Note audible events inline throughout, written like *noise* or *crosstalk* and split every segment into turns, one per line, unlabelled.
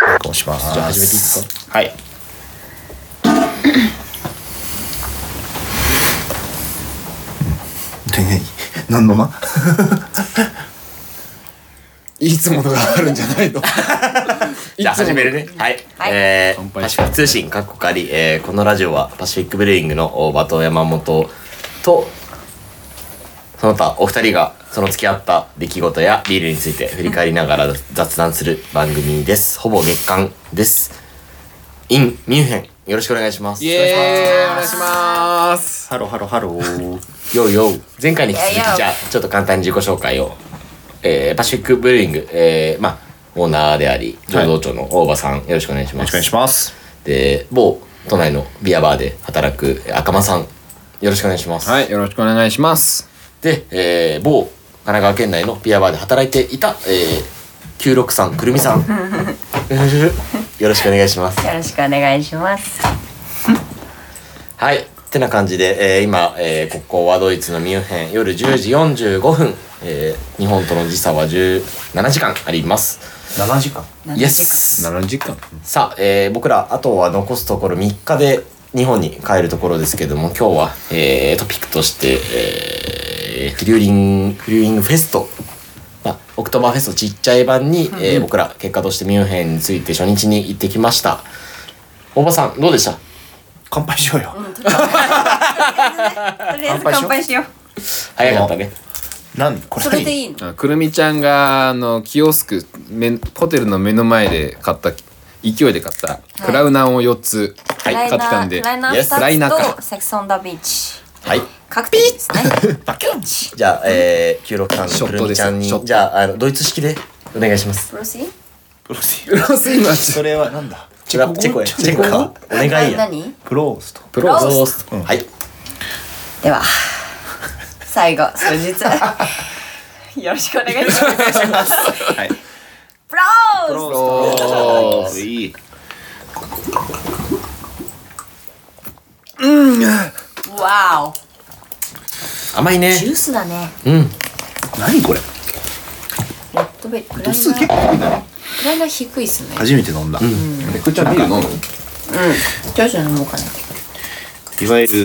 願いします
じゃあ始めてい
*laughs*
いですかはい
でね何の間 *laughs*
いつものがあるんじゃない
*laughs*
の
じゃあ始めるね。はい。
はい
え
乾
ー、
杯
パ
し
シ
ます
フィック通信、カッコ仮、えー、このラジオはパシフィックブルーイングのお馬頭山本と、その他お二人がその付き合った出来事やビールについて振り返りながら雑談する番組です。ほぼ月間です。インミュンヘン、よろしくお願いします。
イエーイお願いします
ハロハロハロー
よいよい前回に引き続き
いやいや
じゃあちょっと簡単に自己紹介を、えー、パシフィックブルーイング、えー、まあオーナーであり醸造長の大場さん、よろしくお願いし
よろし
ま
くお願
す
いします
で某都内のビアバーで働くえー赤間さんよろしくお願いします、
はいよろしくお願いします
で、えー、某神奈川県内のビアバーで働いていた、えー、96さんくるみさん *laughs* よろしくお願いします
よろしくお願いします。
はい。ってな感じで、えー今、えーここはドイツのミュンヘン、夜10時45分、えー日本との時差は17時間あります。
7時間
イエス
7時間
さあ、えー僕ら、あとは残すところ3日で日本に帰るところですけども、今日は、えートピックとして、えーフリューリン、フリューリングフェスト、まあ、オクトバーフェストちっちゃい版に、えー僕ら、結果としてミュンヘンについて初日に行ってきました。おばさん、どうでした
乾杯しようよ、
とりあえず乾杯しよう。
早かったね。
なんこれ
それでい
い
いの。
あくるみちゃんがあのキオスクめんホテルの目の前で買った勢いで買ったクラウナンを4つ、はい
ライ
買って
ナ
た
ー、
んで
ライナ
イエス
ライナ
ー
ー
2つと
か
セクソンダビーチ。
はい。
カクテルですね。
バキュンチ
じゃあ、えー、96さん
シ
の
ョッ
く
ト
るみちゃん
ですショット
に、じゃあ、あの、ドイツ式でお願いします。
プロシー
プロス
クロスイマチ
それはなんだ
チェコ、チェコや、チェコか。お願いや。
何
プロースト
プロ
ロ
ゾ
ー
ー
ス
スト。はい。
では、最後、数日。よろしくお願いします。
はい
プロース
ト
いい
わお。
甘いね。
ジュースだね。
うん。
何これ
レッドベリー。クラ
度
イ
数
ナ
結構
ー、
低いんだね
クライナー低いっすね。
初めて飲んだ、
めくちゃビール飲む
徐々に飲もうかな。
いわゆる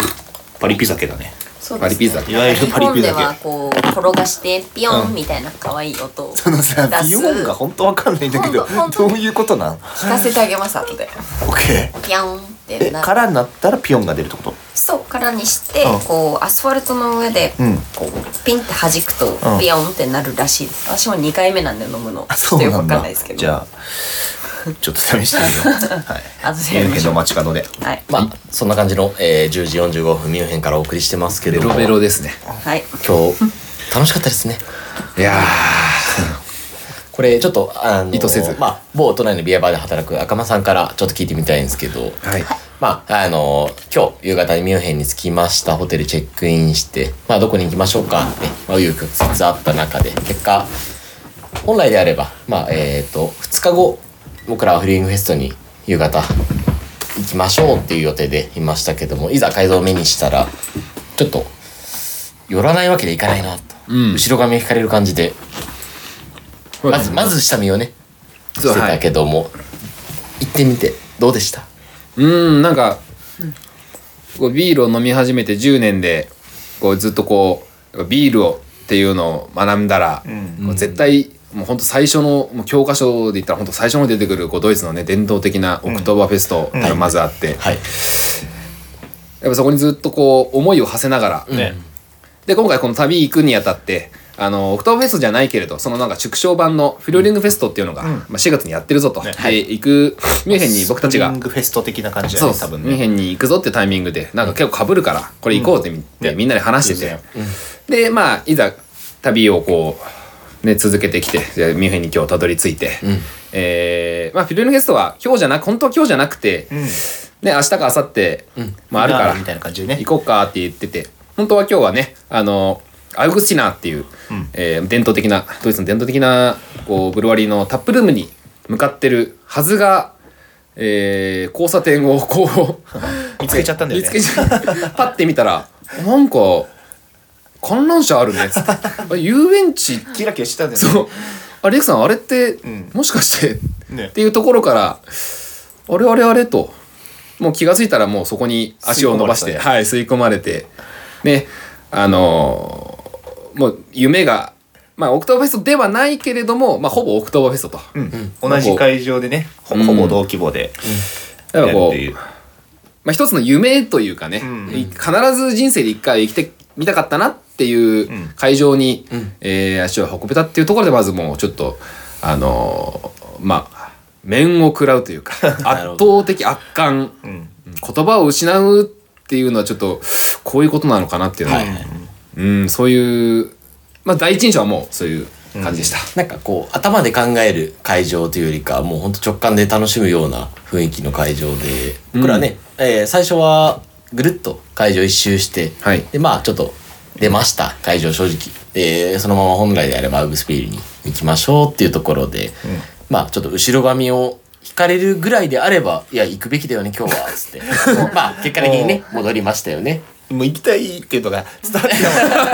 パリピ酒だね *laughs*
そう
パ
で
リ
す
ピ
ね。
ザ
いわゆる
日
パリ
本
ピ
で
酒
はこう転がしてピヨンみたいな可愛い音を出す、
あのさビヨーンが
聞
本当わかんないんだけど
本当
どう
本当
いうことなん
かせてあげます後で
OK
ピヨンって
え
な
空になったらピヨンが出るってこと
そうからにして
うん
こうアスファルトの上で
うん
こうピンって弾くと
うん
ピヨンってなるらしいです私も2回目なんで飲むの
あ
ちょ
そ
っと
う
よく
な
わ
ん
か
だ
んないですけど
じゃあちょっと試してみようはい
後で
ミュ
やり
ン
ま
ヘン
しょ
の
う
街角で
はい、
まあ、そんな感じの、えー、10時45分、ミュンヘンからお送りしてますけれ
ベ
ども。
ロベロですね
はい、
今日、楽しかったですね。
いや
これ、ちょっと、あの、
意図せず
まあ、某都内のビアバーで働く赤間さんからちょっと聞いてみたいんですけど、
ーはい
まあ、あの今日夕方にミュンヘンに着きましたホテルチェックインして、まあ、どこに行きましょうかって、まあ、いう曲折あった中で結果本来であれば、まあえー、と2日後僕らはフリーイングフェストに夕方行きましょうっていう予定でいましたけどもいざ改造を目にしたらちょっと寄らないわけでいかないなと、
うん
後ろ髪を引かれる感じでまずまず下見をね
そ
し
う
てたけども、行ってみてどうでした
うーんなんかこうビールを飲み始めて10年でこうずっとこうビールをっていうのを学んだら、もう絶対もう本当最初のもう教科書で言ったら本当最初の出てくるこうドイツのね伝統的なオクトーバーフェストがまずあって、
はい
やっぱそこにずっとこう思いを馳せながら、
ね
で今回この旅行くにあたってあのオクトーバーフェストじゃないけれどそのなんか縮小版のフリューリングフェストっていうのが、まあ、4月にやってるぞと、で行くミュンヘンに僕たち
スプ
が
リングフェスト的な感じだ
そう
ね
そ
多
う、
分
ミュンヘ
ね
ンに行くぞってタイミングでなんか結構かぶるからこれ行こうってみ,、
ね
みんなで話してて、でまあいざ旅をこうね続けてきてじゃあミュンヘンに今日たどり着いて、えーまあ、フィルムゲストは今日じゃなく本当は今日じゃなくて、
うん
ね明日か明後日、まああるから
みたいな感じでね
行こうかって言ってて本当は今日はねあのアウグスチナーっていう、えー伝統的なドイツの伝統的なこうブルワリーのタップルームに向かってるはずが、えー交差点をこう
見つけちゃったんだよ
見
ね
つけちゃパッて見たらなんか観覧車あるねっつってあ遊園地
キラキラしてたんだよね
そうあれ、リクさん、あれって、
ん
もしかして、
ね
っていうところから、あれあれあれと、もう気がついたらもうそこに足を伸ばして、
吸い込まれて
はい、吸い込まれて、ね、あのーもう夢が、まあ、オクトーバーフェストではないけれども、まあ、ほぼオクトーバーフェストと。
うん同じ会場でねほ
うん
ほぼ同規模で
だ
や
か
る
ら
っ
こう
て、いう
まあ、一つの夢というかね、
うん
い必ず人生で一回は生きてみたかったなってい
ん
う会場に、
うん
えー足を運べたっていうところでまずもうちょっとあのーまあ面を食らうというか圧
なるほ
倒的圧巻
うん
言葉を失うっていうのはちょっとこういうことなのかなっていうのは、
はい
うん、そういう、まあ、第一印象はもうそういう感じでした。
なんかこう頭で考える会場というよりかもうほんと直感で楽しむような雰囲気の会場で
うん
僕らね、えー最初はぐるっと会場一周して、
はい
でまあちょっと出ました会場正直でそのまま本来であればウグスピールに行きましょうっていうところで、まあちょっと後ろ髪を引かれるぐらいであればいや行くべきだよね今日はつって
*laughs*
まあ結果的にね戻りましたよね
もう行きたいっていうの
*laughs*
が伝わってたも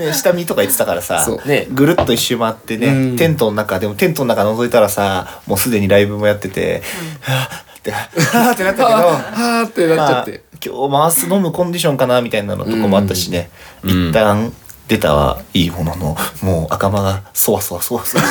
んね下見とか言ってたからさ
そう、
ね
ぐるっと一周回ってね、
うん
テントの中でもテントの中覗いたらさもうすでにライブもやってて、はぁってはぁってなったけど
*laughs* はー *laughs* ってなっちゃ
ま
っ
あ
て。、
今日回す飲むコンディションかなみたいなのとかもあったしね、
ん
一旦出たはいいもののもう赤間がそわそわそわそわ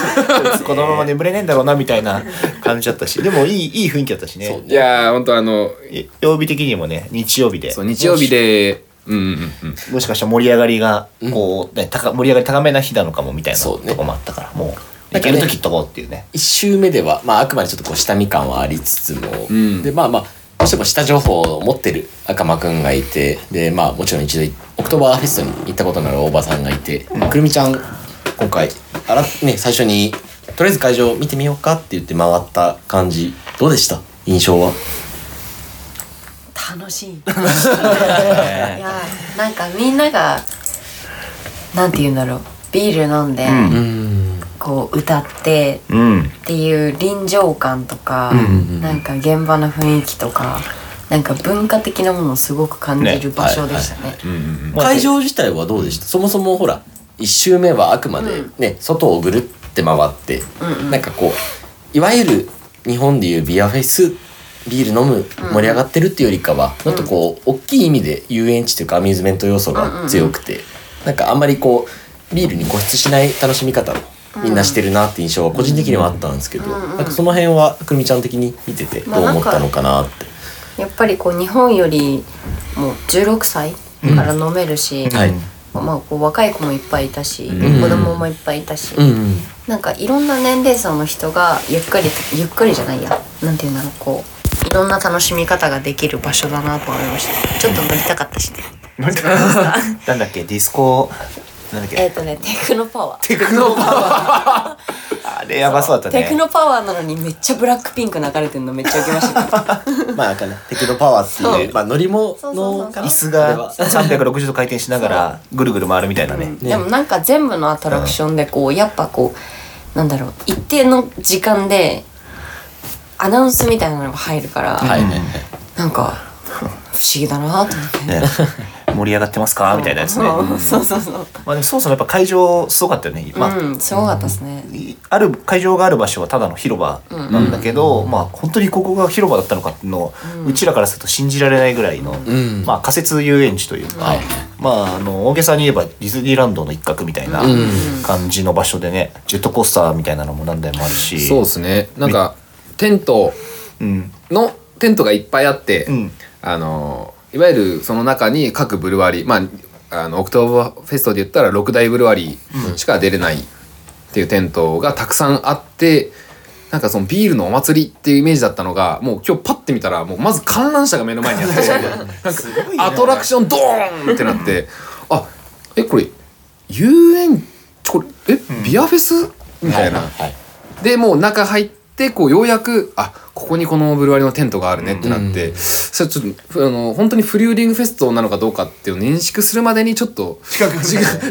してこのまま眠れねえんだろうなみたいな感じだったしでもいいいい雰囲気だったし
そう
ね
いやー本当あの
い曜日的にもね日曜日で
そう日曜日でうんうんうんうん
もしかしたら盛り上がりがこう、ね高盛り上がり高めな日なのかもみたいな
そうね
とこもあったからもう
なん
行
か
け
ね
る時行っとこうっていうね
一周目では、まあ、あくまでちょっとこう下見感はありつつも、
ん
でまあまあどうしても下情報を持ってる赤間くんがいてでまあもちろん一度オクトーバーフェストに行ったことのある大場さんがいて、くるみちゃん今回あら、ね、最初にとりあえず会場見てみようかって言って回った感じどうでした印象は *laughs*
楽しいいやなんかみんながなんて言うんだろうビール飲んで、
うん
こう歌って
うん
っていう臨場感とか、なんか現場の雰囲気とかなんか文化的なものをすごく感じる場所でしたね
会場自体はどうでしたそもそもほら1周目はあくまでね、外をぐるって回って、なんかこういわゆる日本でいうビアフェスビール飲む盛り上がってるっていうよりかは、もっとこう大きい意味で遊園地というかアミューズメント要素が強くて、なんかあんまりこうビールに固執しない楽しみ方をみんなしてるなって印象は個人的にはあったんですけど、なんかその辺はくるみちゃん的に見ててどう思ったのかなって。
やっぱりこう日本よりもう16歳から飲めるし、
はい
まあ、こう若い子もいっぱいいたし、
うん
子供もいっぱいいたし、
うんうん
なんかいろんな年齢層の人がゆっくりゆっくりじゃないやなんていうんだろうこういろんな楽しみ方ができる場所だなとは思いましたちょっと乗りたかったしね
なんだっけディスコなんだっ
え
け
っ、とねテクノパワー
テクノパワーあれやばそうだったね
テクノパワーなのにめっちゃブラックピンク流れてるのめっちゃ受けましたけ
*laughs*
ど
まあなんかね、テクノパワーっていう、
そう
まあ乗り物
そうそうそ
の
うそ
か
う
な
椅子
あれ *laughs*
が
は
360度回転しながらぐるぐる回るみたいなね、
でもなんか全部のアトラクションでこうやっぱこうなんだろう一定の時間でアナウンスみたいなのが入るから、
はいはいはい
なんか不思議だなと思って。
ね盛り上がってますかみたいなやつね、
うんそうそうそう。
まあでもそもそもやっぱ会場すごかったよね、まあ
うん、すごかったですね。
いある会場がある場所はただの広場なんだけど、まあ本当にここが広場だったのかっていうのを、うちらからすると信じられないぐらいの、
ん
まあ仮設遊園地というか、
はい
まああの大げさに言えばディズニーランドの一角みたいな感じの場所でねジェットコースターみたいなのも何台もあるし
そうですねなんかテント
うん
のテントがいっぱいあって、
うん
あのいわゆるその中に各ブルワリーまああのオクトーバーフェストで言ったら6大ブルワリーしか出れないっていうテントがたくさんあってなんかそのビールのお祭りっていうイメージだったのがもう今日パッて見たらもうまず観覧車が目の前にあって
*laughs*
なんかアトラクションドーンってなってあえこれ遊園これえビアフェスみたいな。
はい
でもう中入ってこうようやくあここにこのブルワリのテントがあるねってなって、それちょっとふあの本当にフリューリングフェストなのかどうかっていうのを認識するまでにちょっと時間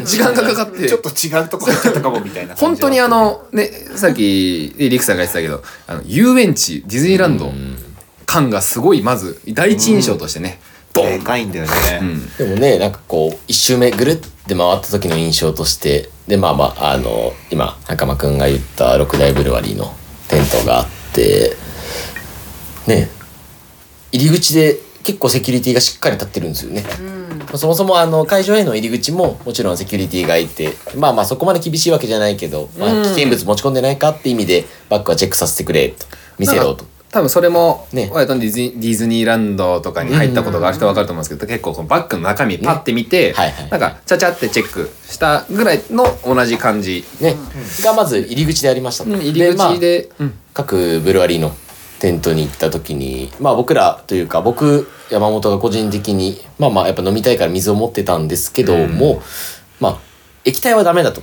時間がかかって
ちょっと違うとこ行っちゃったかもみたいな
本当にあのねさっきリクさんが言ってたけどあの遊園地ディズニーランド感がすごいまず第一印象としてね、ド
で
ン
かいんだよね、
うん
でもねなんかこう一周目ぐるって回った時の印象としてでまあまああの今仲間くんが言った六大ブルワリーのテントがあってね入り口で結構セキュリティがしっかり立ってるんですよね。そもそもあの会場への入り口ももちろんセキュリティがいてまあまあそこまで厳しいわけじゃないけど、まあ、危険物持ち込んでないかって意味でバッグはチェックさせてくれと見せろと。
多分それも、
ね
俺とディズニーディズニーランドとかに入ったことがある人は分かると思うんですけど、結構このバッグの中身パッて見て、
はいはい
なんかちゃちゃってチェックしたぐらいの同じ感じ、
ね、がまず入り口でありましたと、
うん入り口
で
でうん
各ブルワリーのテントに行った時にまあ僕らというか僕山本が個人的にまあまあやっぱ飲みたいから水を持ってたんですけども、まあ液体はダメだと、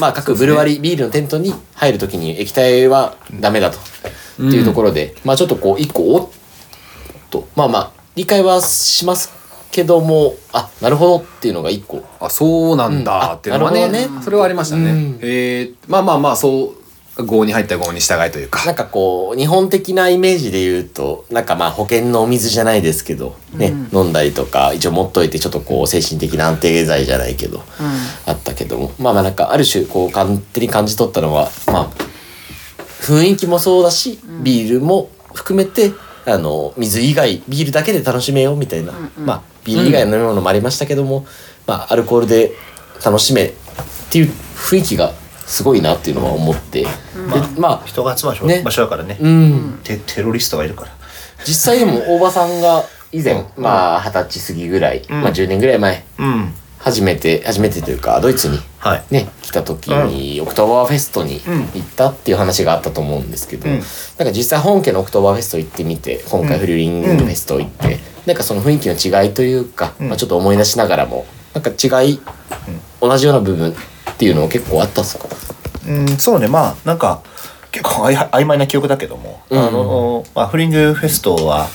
まあ各ブルワリー、ビールのテントに入る時に液体はダメだと、っていうところでまあちょっとこう一個おっとまあまあ理解はしますけどもあなるほどっていうのが一個
あそうなんだっていうのはね,、
うんあなるほどね
それはありましたね、
うん
えーまあまあまあそう郷に入ったら郷に従いというか
なんかこう日本的なイメージで言うとなんかまあ保険のお水じゃないですけど、ね飲んだりとか一応持っといてちょっとこう精神的な安定剤じゃないけど、あったけどもまあまあなんかある種こう勝手に感じ取ったのはまあ雰囲気もそうだしビールも含めてあの水以外ビールだけで楽しめようみたいな、まあビール以外の飲み物もありましたけども、まあアルコールで楽しめっていう雰囲気がすごいなっていうのは思って、でまあ
人が集まる場所,、
ね
場所だからね、
うん、
テテロリストがいるから
実際でも大場さんが以前、まあ二十歳過ぎぐらい、
ん
まあ10年ぐらい前
うん
初めて初めてというかドイツに
はい
ね来た時に、オクトーバーフェストに
うん
行ったっていう話があったと思うんですけど、
うん
なんか実際本家のオクトーバーフェスト行ってみて今回フリューリングフェスト行って、なんかその雰囲気の違いというか、
うん
まあ、ちょっと思い出しながらもなんか違い、同じような部分っていうの結構あったっすか
うん、そうねまあなんか結構あい曖昧な記憶だけども、
うん
あの、まあ、フリングフェストは、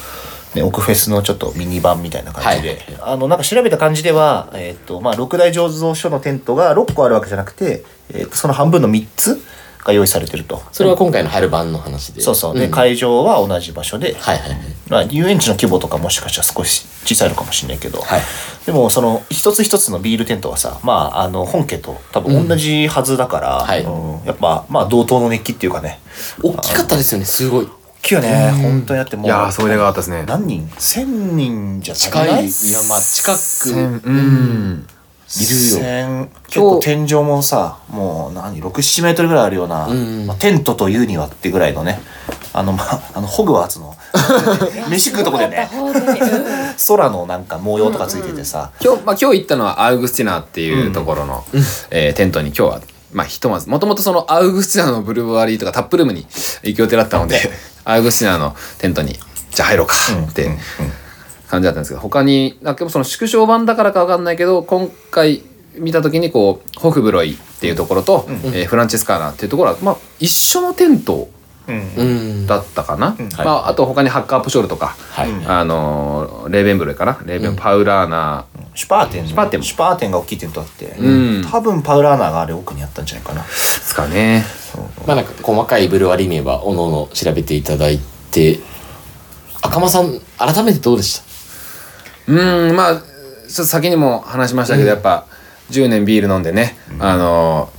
ね、オクフェスのちょっとミニ版みたいな感じで、あのなんか調べた感じでは、えっとまあ、6大醸造所のテントが6個あるわけじゃなくて、えっとその半分の3つが用意されてると。
それは今回の春版の話で
そうそうで、
んはい
会場は同じ場所で、
はいはい
まあ、遊園地の規模とかもしかしたら少し小さいのかもしれないけど、
はい
でもその一つ一つのビールテントはさ、まあ、あの本家と多分同じはずだから、
はい
うんやっぱまあ同等の熱気っていうかね
大きかったですよねすごい
大きいよね本当にだってもう
いやーそれがあったですね
何人1,000人じゃ足り
近いい
な
や
い
まあ近く
う
いるよ
ん
千結構天井もさもう何67メートルぐらいあるような、
うん
まあ、テントというにはってぐらいのねあのまああのホグワーツ *laughs* の飯食うとこでね
本当にうん
空のなんか模様とかついててさ、
今日、まあ、今日行ったのはアウグスティナーっていうところの、えーテントに今日は、まあ、ひとまず、もともとそのアウグスティナーのブルーワリーとかタップルームに行く予定だったので、アウグスティナーのテントに、じゃあ入ろうかって感じだったんですけど、他に、なんかその縮小版だからかわかんないけど、今回見た時にこう、ホフブロイっていうところと、えーフランチェスカーナっていうところは、まあ、一緒のテント
うん
うん
だったかな。
うん
まあ、あと他にハッカープショルとか、
はい、
うん
あのーレーベンブルイかなレーベンパウラーナー、
シュパーテンシ
ュパーテン
ュパーテンが大きいテントあって、
うん
多分パウラーナがあれ奥にあったんじゃないかな
ですかね。
まあなんか細かいブルワリー名はおのおの調べていただいて赤間さん改めてどうでし
うん、まあ、ちょっと先にも話しましたけど、やっぱ、10年ビール飲んでね、あの、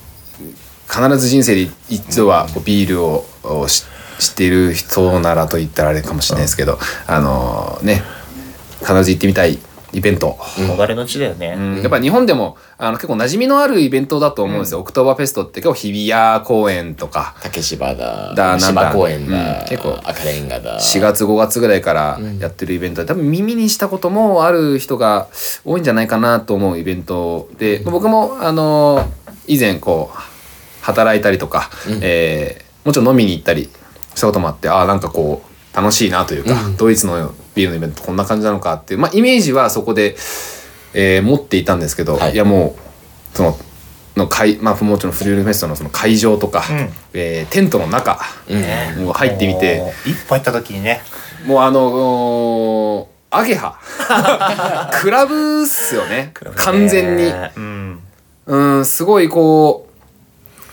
必ず人生で一度はこうビールををし知っている人ならと言ったらあれかもしれないですけど、あのね、必ず行ってみたいイベント。
憧れの地だよね、
うんやっぱ日本でもあの結構馴染みのあるイベントだと思うんですよ、オクトーバーフェストって結構日比谷公園とか
た竹芝だ
だなんだ
芝公園だ、
うん結構
赤レンガだ
4月5月ぐらいからやってるイベントで多分耳にしたこともある人が多いんじゃないかなと思うイベントで僕もあの以前こう働いたりとか、えーもちろん飲みに行ったりしたこともあってああんかこう楽しいなというか、ドイツのビールのイベントこんな感じなのかっていう、まあ、イメージはそこで、えー持っていたんですけど、
はい
い、やもうそのの会、まあ、もちろんフリュールフェストのその会場とか、
うん
えーテントの中、
ね
もう入ってみて。
もう一歩入った時にね
もうあのアゲ
*laughs*
ハクラブっすよね完全に
ねうん
うんすごいこ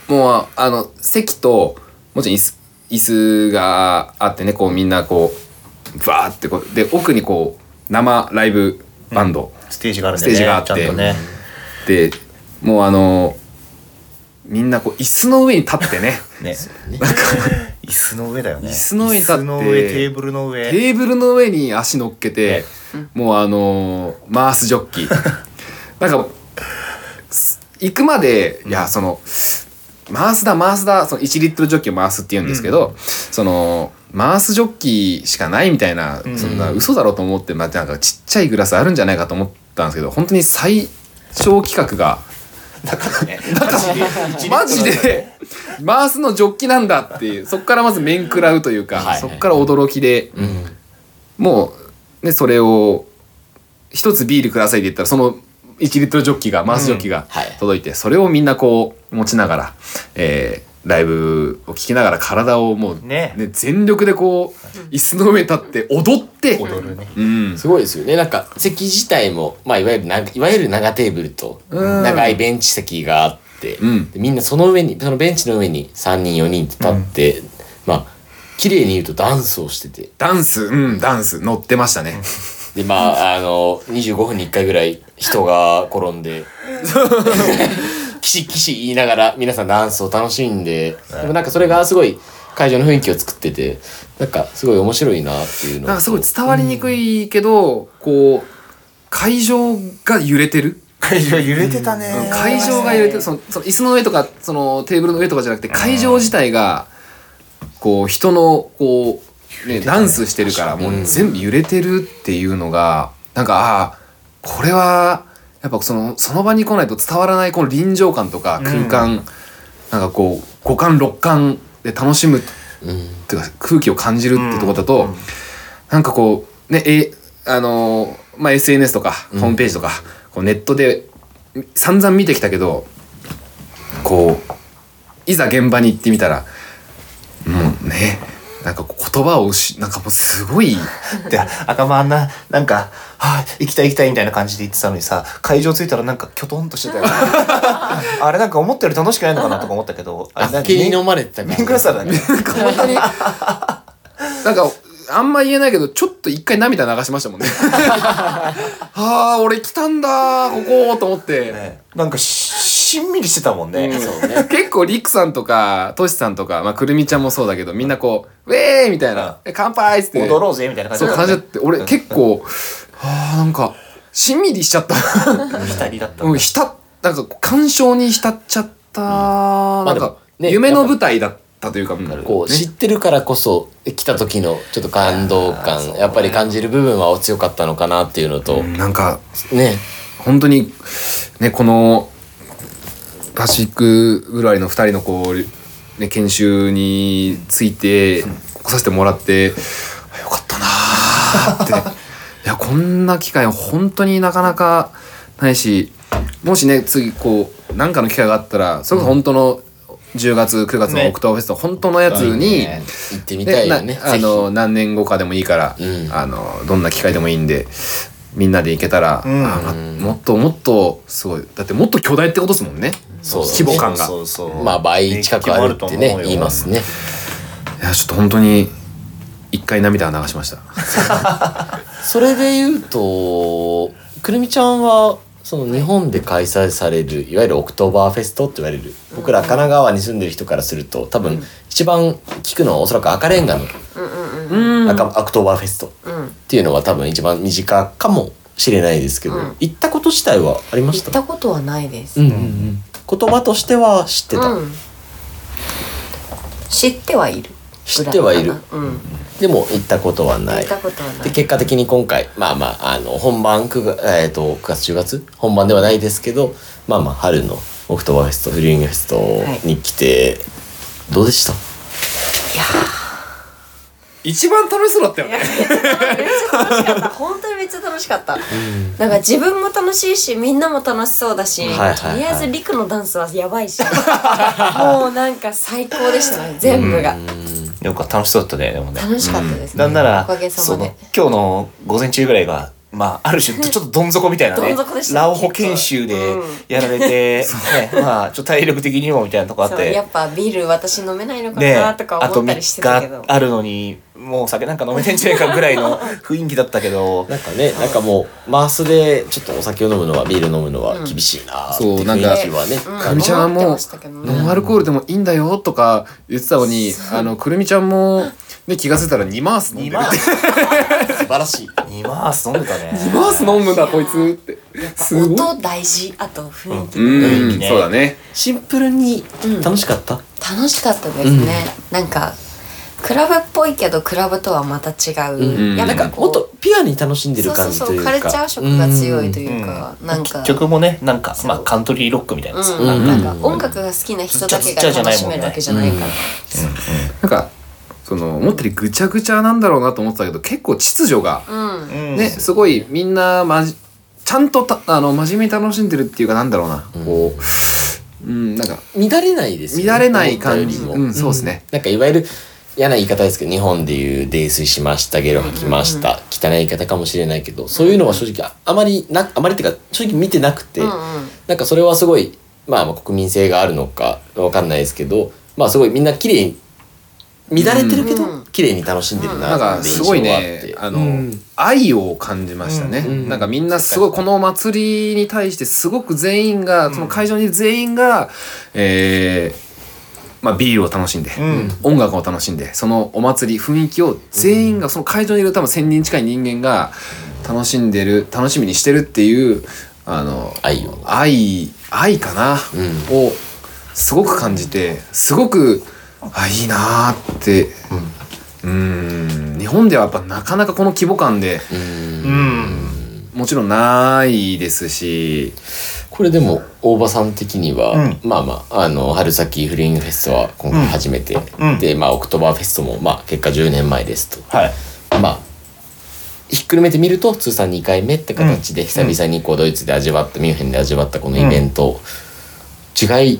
うもうあの席ともちろん椅子椅子があってねこうみんなこうバーってこうで奥にこう生ライブバンド
ステージがあるん
ス
で
テー
ね
ジがあっ
ちゃん
て
とね
でもうあのみんなこう椅子の上に立っ
*laughs*
てね
ね椅子の上だよね
椅子の上に立って
椅子の上テーブルの上
テーブルの上に足乗っけて、もうあのー回すジョッキーなんかす行くまで、いやその回すだ回すだその1リットルジョッキを回すって言うんですけど、その回すジョッキしかないみたいな、そんな嘘だろうと思って、まあ、なんかちっちゃいグラスあるんじゃないかと思ったんですけど本当に最小規
*laughs*
格が。マジで回すのジョッキなんだっていうそっからまず面食らうというか、
はい
そっから驚きで、
うん
もう、ね、それを一つビールくださいって言ったらその1リットルジョッキが回すジョッキが
はい
届いて、それをみんなこう持ちながら、えーライブを聴きながら体をもう、
ね
全力でこう椅子の上に立って踊って
踊るね
うん、
すごいですよね。なんか席自体も、まあ、いわゆる長いわゆる長テーブルと
うん
長いベンチ席があって、
うん
でみんなその上にそのベンチの上に3人4人と立って、まあ綺麗に言うとダンスをしてて
ダンスうんダンス乗ってましたね、
でまああの25分に1回ぐらい人が転んでキシキシ言いながら皆さんダンスを楽しんででもなんかそれがすごい会場の雰囲気を作っててなんかすごい面白いなっていうの
なんかすごい
と
伝わりにくいけど、こう会場が揺れてる
会場揺れてたね
会場が揺れてそのその椅子の上とかそのテーブルの上とかじゃなくて会場自体がこう人のこう、ね、ダンスしてるからもう全部揺れてるっていうのがなんかああこれはやっぱそのその場に来ないと伝わらないこの臨場感とか空間、なんかこう五感六感で楽しむっていうか空気を感じるってとこだと、なんかこうねえあのーまあ SNS とかホームページとか、こうネットで散々見てきたけどこういざ現場に行ってみたらもうねなんかこう言葉を失なんかもうすごい *laughs*
で赤間あんななんか「はあ行きたい行きたい」みたいな感じで言ってたのにさ会場着いたらなんかきょとんとしてた
*laughs*
よねあれなんか思ったより楽しくないのかなとか思ったけどあれ
あ
何
酒に飲まれてた
面食らさだね
本当になんかあんま言えないけどちょっと一回涙流しました *laughs* もんねああ俺来たんだここと思って、
ねなんかししんみりしてたもんね、
そうね
*laughs* 結構りくさんとかとしさんとか、まあ、くるみちゃんもそうだけどみんなこう「ウェーイ!」みたいな「え乾杯!」っつって
踊ろうぜみたいな感じ
そう
だ
感じだ
っ
って俺結構あーなんかしんみりしちゃった
たね浸りだったん
う
だ
ん、ひた、なんか、感傷に浸っちゃった、
んま
な
あ
ん
でも
か、
ね
夢の舞台だったというか、うん
こう
ね
知ってるからこそ来た時のちょっと感動
あーそう
感
ね
やっぱり感じる部分はお強かったのかなっていうのと、
なんか、
ね
本当に、ね、この、パシフィックブルワリーの二人のこう、ね、研修について、来させてもらって、よかったなーって。いや、こんな機会本当になかなかないし、もしね、次、こう、なんかの機会があったら、それこそ本当の、10月9月の
ね
オクトーバーフェスト、本当のやつに、
行ってみたいよね
でなあの何年後かでもいいから、
うん
あのどんな機会でもいいんでみんなで行けたら、
うん
あまもっともっとすごいだってもっと巨大ってことですもんね
そうだね
規模感が
そうそうそう
まあ倍近くあるってね言いますね
いやちょっと本当に一回涙を流しました
それで言うとくるみちゃんはその日本で開催されるいわゆるオクトーバーフェストって言われる僕ら神奈川に住んでる人からすると多分一番聞くのはおそらく赤レンガの
うん
赤オクトーバーフェストっていうのは多分一番身近かもしれないですけど、
うん
行ったこと自体はありまし
行った
た
ことはないです、
うんうんうん言葉としては知ってた、
うん知ってはいる
知ってはいる
ぐらいかなうん
でも行ったことはな
行
い
ったことはな
で
い
結果的に今回まあまああの本番 9, 月えー、と9月10月本番ではないですけどまあまあ春のオクトーバーフェストフリーイングフェストに来て、どうでした
一番楽しそうだったよね
めっちゃ楽しかった本当にめっちゃ楽しかった、なんか自分も楽しいしみんなも楽しそうだし、
はいはいはい
とりあえずリクのダンスはやばいし *laughs* もうなんか最高でしたね全部が
よかった楽しそうだったねでもね
楽しかったですね、
なんなら
おかげさ
そ
ま
の
で
今日の午前中ぐらいがまあ、ある種、ちょっとどん底みたいなね
どん底でし、たね
ラオ保研修で
うん
やられて、ね、まあ、ちょっと体力的にもみたいなとこあっ
そうや
て
っ、ぱビール私飲めないのか
ね、
な
あ
とか思
と
ったりしてたけ
3
ど、
日あるのに、もう酒なんか飲めてんじゃないかぐらい
*laughs*
の雰囲気だったけど、
なんかね、なんかもう、マースでちょっとお酒を飲むのは、ビール飲むのは厳しいなって
そうなんか
雰囲気はね、
うん
くるみちゃん
思って
も
ましたけどね
ノンアルコールでもいいんだよとか言ってたのにあのくるみちゃんも、ね、気が付いたら2マース飲ん
2
でる
マース、
素晴らしい。
2マース飲んでたね。
2マース飲むんだこいつって *laughs* すごい
音大事あと雰囲気、
う
いい
ん
ね
そうだね
シンプルに楽しかった。
楽しかったですね、なんかクラブっぽいけどクラブとはまた違う、
うん
や
なん
っぱ
か、
こう
もっとピュアに楽しんでる感じ
そう
と
そう
い
そうう
か。
カルチャー色が強いと
う
いうか、
うん
なんか
曲もね、なんか、
そう
まあ、カントリーロックみたいなやつ。
うん、
うん
なんか音楽が好きな人だけが楽しめるわけじゃないから、
なんかその思ったよりぐちゃぐちゃなんだろうなと思ってたけど結構秩序が
うん、
うん
ね、すごいみんなまじちゃんとたあの真面目に楽しんでるっていうかなんだろうな、こう、うん、なんか
ん。乱れないですよね。
乱れない感じ
思ったよ
う
りも
んそうですね。
なんか、いわゆる、嫌な言い方ですけど、日本でいう、泥酔しました、ゲロ吐きました、汚い言い方かもしれないけど、そういうのは正直、ああまりな、あまりっていうか、正直見てなくて、
うんうん
なんかそれはすごい、まあ、まあ国民性があるのかわかんないですけど、まあすごいみんな綺麗に乱れてるけど、
うん
綺麗に楽しんでる
な
なんっ
か
ていう
す
印象
ごい
はあって
ね。あの、
うん
愛を感じましたね、
うん
なんかみんなすごいこの祭りに対してすごく全員が、その会場にいる全員が、えーまあ、ビールを楽しんで、
ん
音楽を楽しんでそのお祭り雰囲気を全員がその会場にいる多分1,000人近い人間が楽しんでる楽しみにしてるっていうあの
愛を。
愛愛かな、をすごく感じてすごくあいいなーってうん日本ではやっぱなかなかこの規模感で
うん。
もちろんないですし
これでも大場さん的には、
うん
まあまああの春先フリングフェストは今回初めて、
うん
でまあオクトバーフェストも、まあ、結果10年前ですと、
はい。
まあひっくるめてみると通算2回目って形で久々にこうドイツで味わったミュンヘンで味わったこのイベント、違い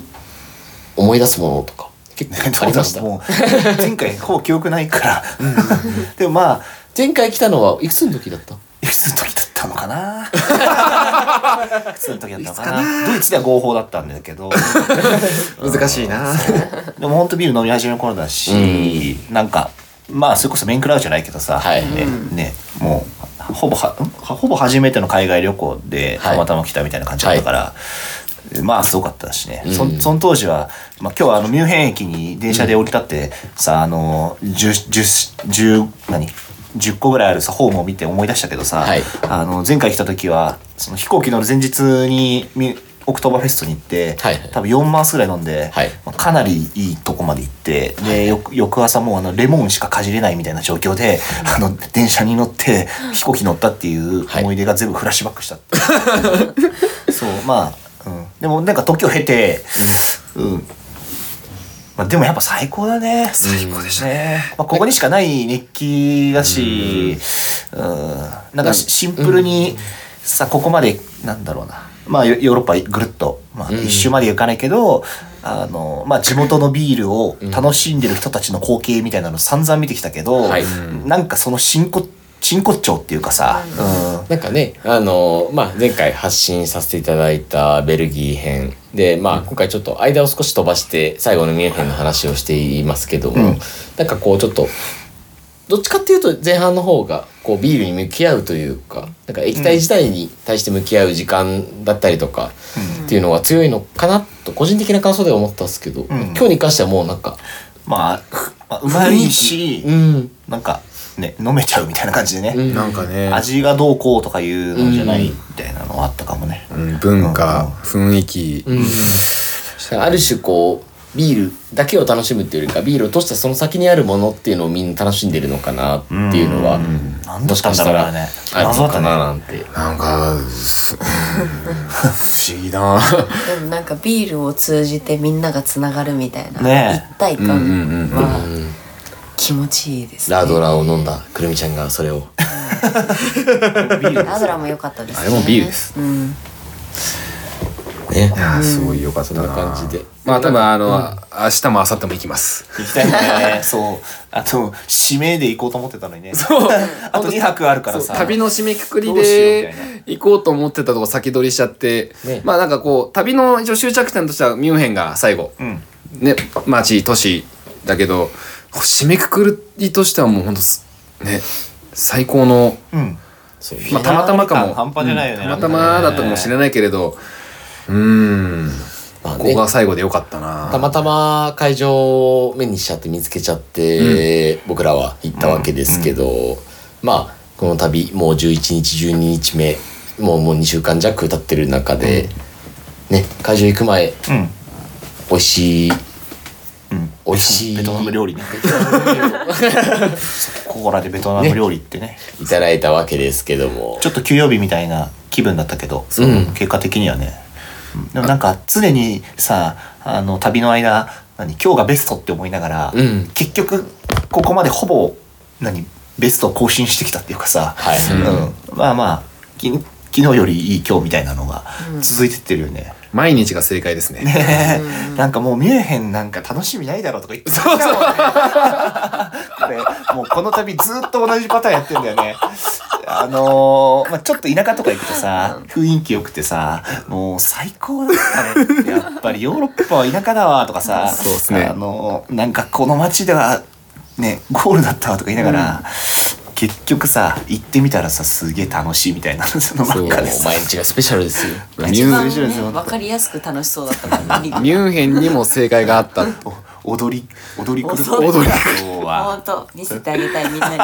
思い出すものとか結構あり
*laughs*
ました
もう前回ほぼ記憶ないから。 *laughs* でもまあ、
前回来たのはいくつの時だった
いくつの時だったのか *laughs* ないくつの時だったのかなドイツでは合法だったんだけど
難しいな
*laughs* でもほんとビール飲み始める頃だし、なんかまあそれこそ面食らうじゃないけどさ、
はい
ねねもうほぼはんほぼ初めての海外旅行で
はい
たまたま来たみたいな感じだったから。まあすごかったしね、
うん
そその当時は、まあ、今日はあのミュンヘン駅に電車で降り立って、さあの 10, 10, 10何10個ぐらいあるさホームを見て思い出したけどさ、
はい
あの前回来た時はその飛行機乗る前日にミュオクトーバーフェストに行って、
はいはい
多分4マースぐらい飲んで、
はい
まあかなりいいとこまで行ってで翌翌朝もうあのレモンしかかじれないみたいな状況で、あの電車に乗って飛行機乗ったっていう
はい
思い出が全部フラッシュバックしたっていう *laughs* そうまあ、うん、でもなんか時を経て、うんまあ、でもやっぱ最高だね最高でしたね、まあ、ここにしかない熱気だし、うん、なんかしシンプルにさここまでなんだろうなまあヨヨーロッパぐるっと、まあ、一周まで行かないけど、あのまあ、地元のビールを楽しんでる人たちの光景みたいなの散々見てきたけど、
はい
なんかその真骨真骨頂っていうかさ、うん
なんかね、あのまあ、前回発信させていただいたベルギー編で、まあ、今回ちょっと間を少し飛ばして最後のミュンヘンの話をしていますけども、
うん
なんかこうちょっとどっちかっていうと前半の方がこうビールに向き合うというかなんか液体自体に対して向き合う時間だったりとかっていうのが強いのかなと個人的な感想では思ったんですけど、
ん
今日に関してはもうなんか、
まあふまあうまいし、
うん、
なんかね飲めちゃうみたいな感じでね、
*laughs*
うん
なんかね、
味がどうこうとかいうのじゃないみたいなのはあったかもね、
うん、文化雰囲気、
ある種こうビールだけを楽しむっていうよりかビールを通したその先にあるものっていうのをみんな楽しんでるのかなっていうのは
なんだったんだろうね
もしかしたらあるのかななんて
なんかす不思議な
でもなんかビールを通じてみんながつながるみたいな、
ね
一体感は気持ちいいですね。
ラードラーを飲んだくるみちゃんがそれを
ラドラも良かったですね。
あれもビールです。
うん。
ね
いやーすごい良かっ
そ
た
んな
な
感じで
まあ多分あの、明日も明後日も行きます。
行きたいね *laughs* そうあと締めで行こうと思ってたのにね
そう
*laughs* あと2泊あるからさ
そう旅の締めくくり
どうしよう
で
みたい
行こうと思ってたとこ先取りしちゃって、
ね
まあなんかこう旅の一応終着点としてはミュンヘンが最後、
うん
ね町都市だけど締めくくりとしてはもうほんとすね最高の、
うん
そう
まあ、たまたまかも
半端じゃないよね
うんたまたまだったかもしれないけれどうーん
まあ
こ
ね
こが最後でよかったな
たまたま会場を目にしちゃって見つけちゃって、僕らは行ったわけですけど、まあこの旅もう11日12日目もうもう2週間弱経ってる中で、ね会場行く前
うん
美味しい
うん
美味しい
ベトナム料理ねそこらでベトナム料理ってね
*laughs* いただいたわけですけども
ちょっと休養日みたいな気分だったけど、
うん
結果的にはねうんでもなんか常にさあの旅の間何今日がベストって思いながら、
うん
結局ここまでほぼ何ベストを更新してきたっていうかさ、
はい、
うんまあまあき昨日よりいい今日みたいなのが続いてってるよね。
毎日が正解ですね
なんかもうミュンヘンなんか楽しみないだろうとか言ってたもんねこれもうこの旅ずっと同じパターンやってんだよねあのーまあ、ちょっと田舎とか行くとさ雰囲気良くてさもう最高だったねやっぱりヨーロッパは田舎だわとかさ
そうっすね
あのーなんかこの街ではねゴールだったわとか言いながら、結局さ行ってみたらさすげえ楽しいみたいなそのばっかで
もう
さ
毎日がスペシャルですよ
ミ
一
ュ
番
ン
面白いですよ
ねわかりやすく楽しそうだったからね
ミュンヘンにも正解があった
お踊り踊り狂って
踊
り
今日は
本当見せてあげたいみんなに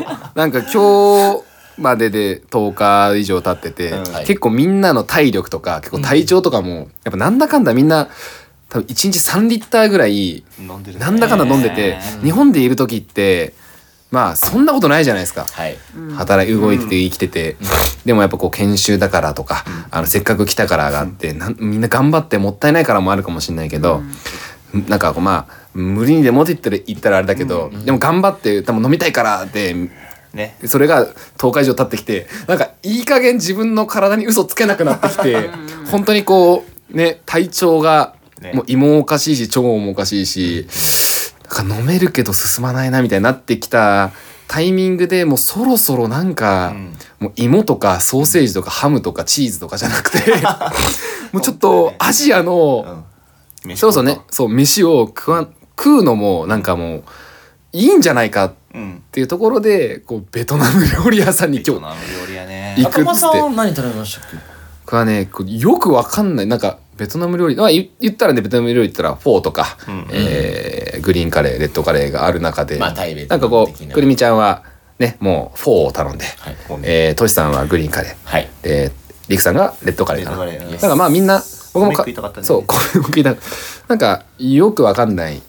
*laughs* なんか今日までで10日以上経ってて、
うん
はい
結構みんなの体力とか結構体調とかも、やっぱなんだかんだみんな多分1日3リッターぐらい
飲んでるね
なんだかんだ飲んでて、日本でいる時ってまあそんなことないじゃないですか。
はい
働い動いてて生きてて、でもやっぱこう研修だからとか、あのせっかく来たからがあって、なんみんな頑張ってもったいないからもあるかもしれないけど、なんかこうまあ無理にでもって言ったら言ったらあれだけど、でも頑張って多分飲みたいからって
ね
それが10日以上経ってきてなんかいい加減自分の体に嘘つけなくなってきて本当にこうね体調が
ね
もう胃もおかしいし腸もおかしいしなんか飲めるけど進まないなみたいになってきたタイミングでもうそろそろなんか、もう芋とかソーセージとかハムとかチーズとかじゃなくて *laughs* もうちょっとアジアの、
うん
そうそうね。そう飯を食わん食うのもなんかもういいんじゃないか
うん
っ。ていうところでこうベトナム料理屋さんに
ベト
今日
ナム料理屋ね。
行く
赤
っ
間
つ
さ
っ
ん
て
は何食べましたっけ
これはねこうよくわかんないなんかベトナム料理まあ言言ったらねベトナム料理って言ったらフォーとか、
ん
えーグリーンカレーレッドカレーがある中で、
まあタイベト
なんかこ
的
う
な
くるみちゃんはねもうフォーを頼んで、
はい
えートシさんはグリーンカレー
はい
でリクさんがレッドカレーかな
レッドカレー
だからまあみんな僕も
米食いたかったね
そうこれも食いたかったなんかよくわかんない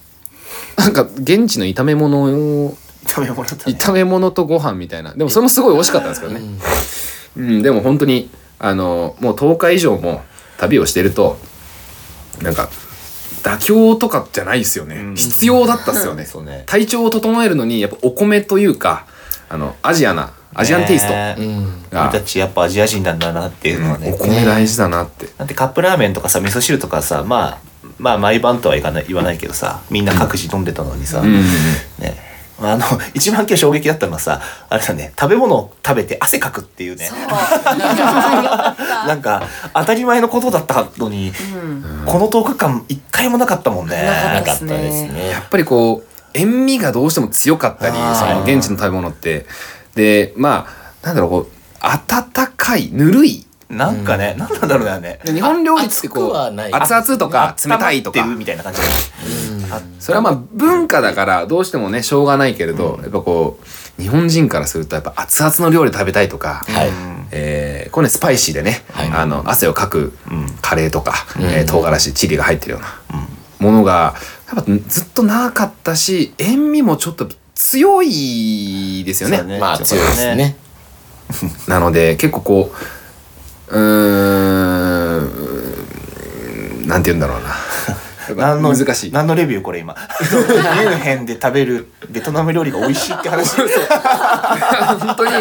なんか現地の炒め物を
炒め物だね。
炒め物とご飯みたいなでもそれもすごい美味しかったんですけどね、うん、でも本当にあのもう10日以上も旅をしてるとなんか妥協とかじゃないですよね、
うん
必要だったっすよ
*laughs*
ね,、
そうね
体調を整えるのにやっぱお米というかあのアジアなアジアンテイスト
ね
うん
俺
が、
たちやっぱアジア人なんだなっていうのはね。
お米大事だなって、
だってカップラーメンとかさ味噌汁とかさまあまあ毎晩とは言わない言わないけどさみんな各自飲んでたのにさ、
うん
ねあの一番今日衝撃だったのはさあれだね食べ物を食べて汗かくっていうね
そうなんか
*laughs* なんか当たり前のことだったのに、
うん
この10日間一回もなかったもんね。
な
な
か
か
っ
ったた
で
ですす
ね
ね
やっぱりこう塩味がどうしても強かったり
あー
その現地の食べ物ってでまあなんだろうこう温かいぬるい
なんかね、なんなんだろうねあれね。
日本料理っ
熱
てこう
くはない
熱々とか冷たいと
温まってる
か
みたいな感じ。あ
それはまあ文化だからどうしてもねしょうがないけれど、やっぱこう日本人からするとやっぱ熱々の料理食べたいとか、
はい
えーこれねスパイシーでね、
はい
あの汗をかく
ん
カレーとか、
ん
えー唐辛子チリが入ってるようなものがやっぱずっとなかったし塩味もちょっと強いですよね。
そうね
まあ強いですね
なので結構こううーんなんて言うんだろうな
*laughs*
やっ
何
ぱ
の
難しい。
何のレビューこれ今ミュンヘンで食べるベトナム料理が美味しいって話
本当に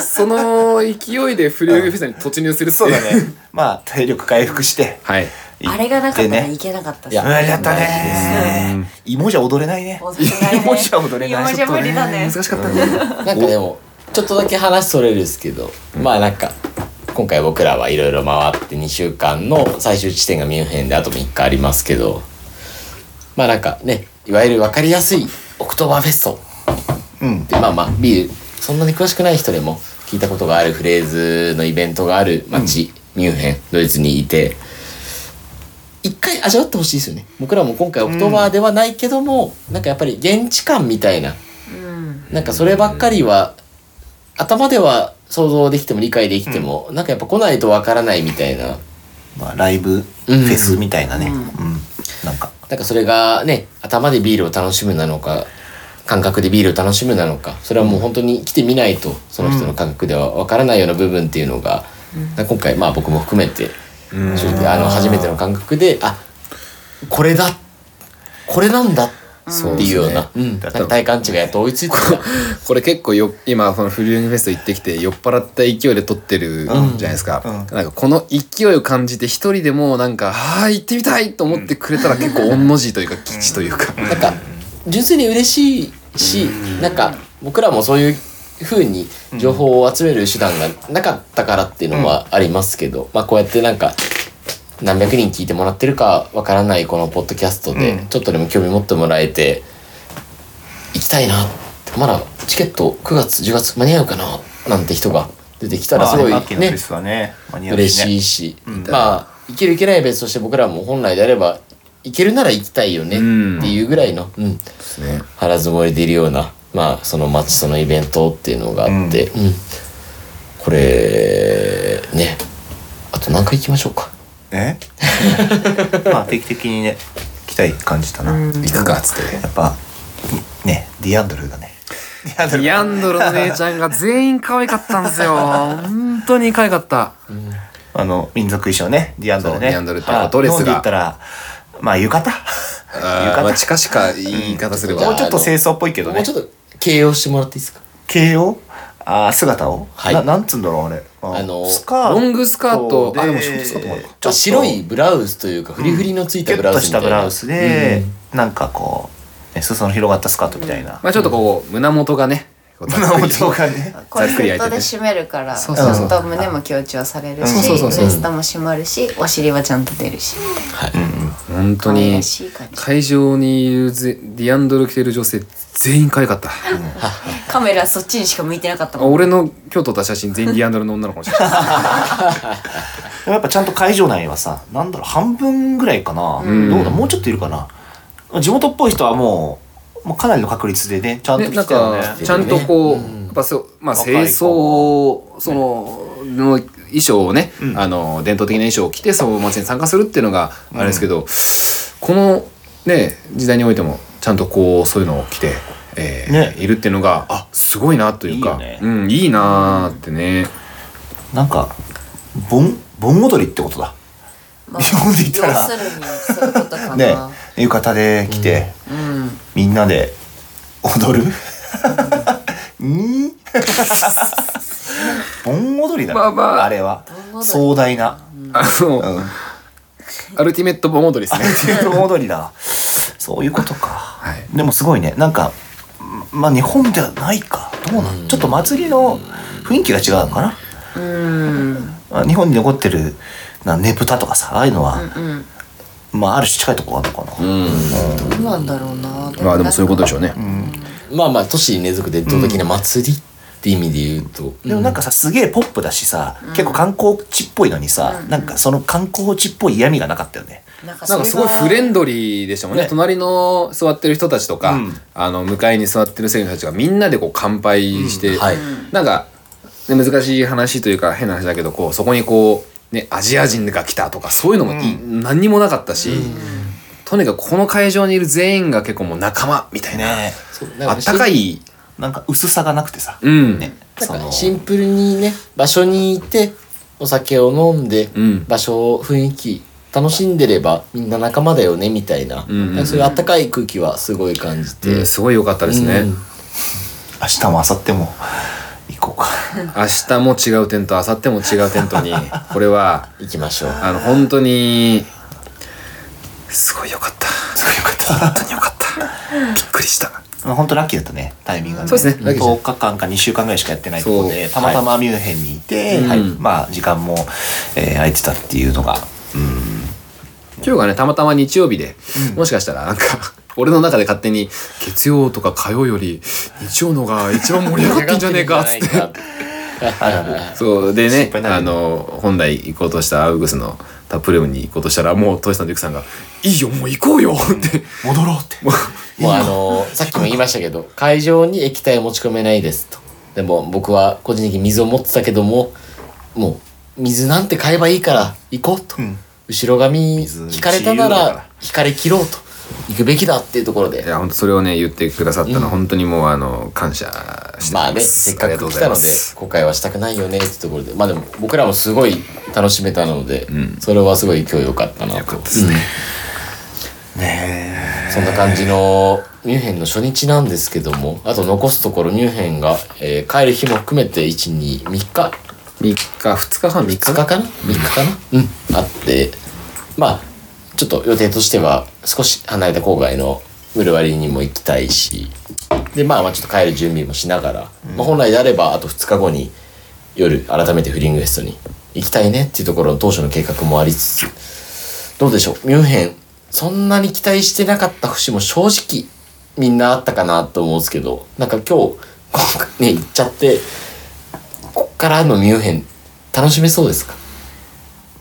その勢いでフリーフェスに突入するって
そうだねまあ体力回復して
はい
あれがなかったら
行
い
ってね
けなかった
いや
うんやったね芋じゃ踊れないね
踊れないね
芋じゃ踊れない
芋じゃ無理だね
ちょっと難しかったね
*laughs* なんかでもちょっとだけ話それるんですけど、まあなんか今回僕らはいろいろ回って2週間の最終地点がミュンヘンであと3日ありますけどまあなんかねいわゆる分かりやすいオクトーバーフェスト
うん
でまあまあビールそんなに詳しくない人でも聞いたことがあるフレーズのイベントがある街、ミュンヘンドイツにいて一回味わってほしいですよね僕らも今回オクトーバーではないけども、なんかやっぱり現地感みたいな
うん
なんかそればっかりは頭では想像できても理解できても、なんかやっぱ来ないとわからないみたいな
まあライブフェスみたいなね
う
うんんなんか
なんかそれがね頭でビールを楽しむなのか感覚でビールを楽しむなのかそれはもう本当に来てみないとその人の感覚ではわからないような部分っていうのが、なんか今回まあ僕も含めて、正直あの初めての感覚であこれだこれなんだっていうような,、うん、なんか体感値がやっと追いついてきた。
*laughs* これ結構よ今そのフリューニングフェスト行ってきて酔っ払った勢いで撮ってるじゃないですか、
うんうん
なんかこの勢いを感じて一人でもなんか「はーい行ってみたい!」と思ってくれたら結構御の字というか吉というか、
なんか純粋に嬉しいし、なんか僕らもそういう風に情報を集める手段がなかったからっていうのはありますけど、まあこうやってなんか何百人聞いてもらってるかわからないこのポッドキャストで
うん
ちょっとでも興味持ってもらえて行きたいなってまだチケット9月10月間に合うかななんて人が出てきたらすごい
まあね秋のフ
ね
ェスはね間に合う
嬉し
ね
いし、
ん
まあいけるいけない別として僕らも本来であればいけるなら行きたいよねっていうぐらいの、うん、腹積もりでいるような、まあ、その街そのイベントっていうのがあって、うんこれねあと何回行きましょうか
ね *laughs* まあ定期的にね来たい感じたなや
行くかっつって。
っぱねディアンドルがねディアンドル
ディアンドロの姉ちゃんが全員可愛かったんですよ。本当に可愛かった。
あの民族衣装ねディアンドル
そう
ね
ディアンドルって
あ
ドレスが
日本で言ったらまあ浴衣 *laughs*
あーまあ、近々言い方すれば。
もうちょっと清掃っぽいけど
も
ね
うちょっと形容してもらっていいですか
形をあー姿を、
はい
ななんつうんだろうあれあ
あの
スカート
ロングスカート
で
あでもショートスカートもあるか
ちょっと
白いブラウスというかフリフリのつい
キ
た
ュ
ブ
ッ
ラウ
と
ス
し
み
た
たい
ブ
な、
ラウスで、なんかこう、ね、裾の広がったスカートみたいな、
まあちょっとこう、胸元がね、 *laughs*
*laughs*
こうざっくり
胸元がね
これ
ざっ
フ
くり
ッ
焼
ト
いて
で
て
締めるからち
そ
ゃ
うそうそうん
と胸も強調されるし
そう
ウ
そう
エ
そう
ストも締まるしお尻はちゃんと出るし
はい
本
可
当
愛
に
らしい感じ
会場にいるぜディアンドロ着てる女性全員可愛かった。
カメラそっちにしか向いてなかったもん
俺の今日撮った写真全員ディアンドロの女の子の写真。
でもやっぱちゃんと会場内はさなんだろう半分ぐらいかな、
ん
どうだもうちょっといるかな地元っぽい人はもうもうかなりの確率でねちゃんと
で
来
なん
てたよね
かちゃんとこう、やっぱそうまあ
若い
清
子
掃をそのの衣装をね、
うん
あの伝統的な衣装を着てそのお祭りに参加するっていうのがあれですけど、このね時代においてもちゃんとこうそういうのを着て、えー
ね
いるっていうのがあすごいなというか
いいよね
うん、いいなーってね。
なんか盆盆踊りってことだ
まあ
日本で言ったら
要するにそういうことか
ね
な
浴衣で来て、
うん
みんなで踊
*laughs*
るうん盆踊りだね、
まあまあ
あれは
盆踊り
壮大な、
あの、
うん、
アルティメット盆踊
*laughs*
りですね。
盆踊りだそういうことか、
い
でもすごいねなんかまあ日本ではないかどうなん、ちょっと祭りの雰囲気が違うのかな、
うん
あ日本に残ってるなねぶたとかさああいうのは、
うん
まあある種近いとこがあるのかな、
どうなんだろうな
まあでもそういうことでしょうね。
まあまあ都市に根付く伝統的な祭りって意味で言うと、
でもなんかさすげえポップだしさ、結構観光地っぽいのにさ、なんかその観光地っぽい嫌味がなかったよね、
なんか
なんかすごいフレンドリーでしたもんね
ね
隣の座ってる人たちとか、
うん
あの向かいに座ってる生徒たちがみんなでこう乾杯して、
うんはい
なんか、ね、難しい話というか変な話だけどこうそこにこう、ね、アジア人が来たとかそういうのもい何にもなかったし、とにかくこの会場にいる全員が結構もう仲間みたいな、
ね
そうなん
あ
か
ったかい、
なんか薄さがなくてさ、
うん
ね
なん
その
かシンプルにね場所にいてお酒を飲んで、
うん
場所雰囲気楽しんでればみんな仲間だよねみたいな,、
んうんうん
なんかそういう温かい空気はすごい感じて、
うんすごい良かったですね、
うん
明日も明後日も行こうか
明日も違う点と明後日も違う点とにこれは
行きましょう
あの本当にすごいよかったすごいよかった本当によかったびっくりした
まあ、本当ラッキーだったねタイミングが、
そうですねラッキーで
10日間か2週間ぐらいしかやってないところ
そ
で
う
たまたまミュンヘンにいて、
はい
はい
うん
まあ時間も、えー空いてたっていうのが
今日がねたまたま日曜日で、もしかしたらなんか俺の中で勝手に月曜とか火曜より日曜のが一番盛り上がってんじゃね
*laughs*
えかっつって
上がってんじゃないか
そうでね
心配ない
あの本来行こうとしたアウグスのタップルームに行こうとしたらもうトシさんとユクさんが「いいよもう行こうよ」って、
戻ろう
*laughs*
って
もうあのさっきも言いましたけど会場に液体を持ち込めないですとでも僕は個人的に水を持ってたけどももう水なんて買えばいいから行こうと、
うん
後ろ髪
水
引かれ
自
たな
由だから
引かれ切ろうと行くべきだっていうところで
いや本当それをね言ってくださったのは本当にもうあの感謝して
まあ
ま
ねせ
す、
っか
ありがと
く
うご
来
ざ
た
いま
のです後悔はしたくないよねってところでまあでも僕らもすごい楽しめたので、
ん
それはすごい今日良かったな
よか
と
ったですね、
ね
そんな感じのミュンヘンの初日なんですけどもあと残すところミュンヘンが、えー帰る日も含めて123日
3日2日
3
半3日
日かな3日かなうんあってまあちょっと予定としては少し離れた郊外のブルワリーにも行きたいしでまあまあちょっと帰る準備もしながら、まあ、本来であればあと2日後に夜改めてフリングフェストに行きたいねっていうところの当初の計画もありつつどうでしょうミュンヘンそんなに期待してなかった節も正直みんなあったかなと思うんですけどなんか今日こうね行っちゃってこっからのミュンヘン楽しめそうですか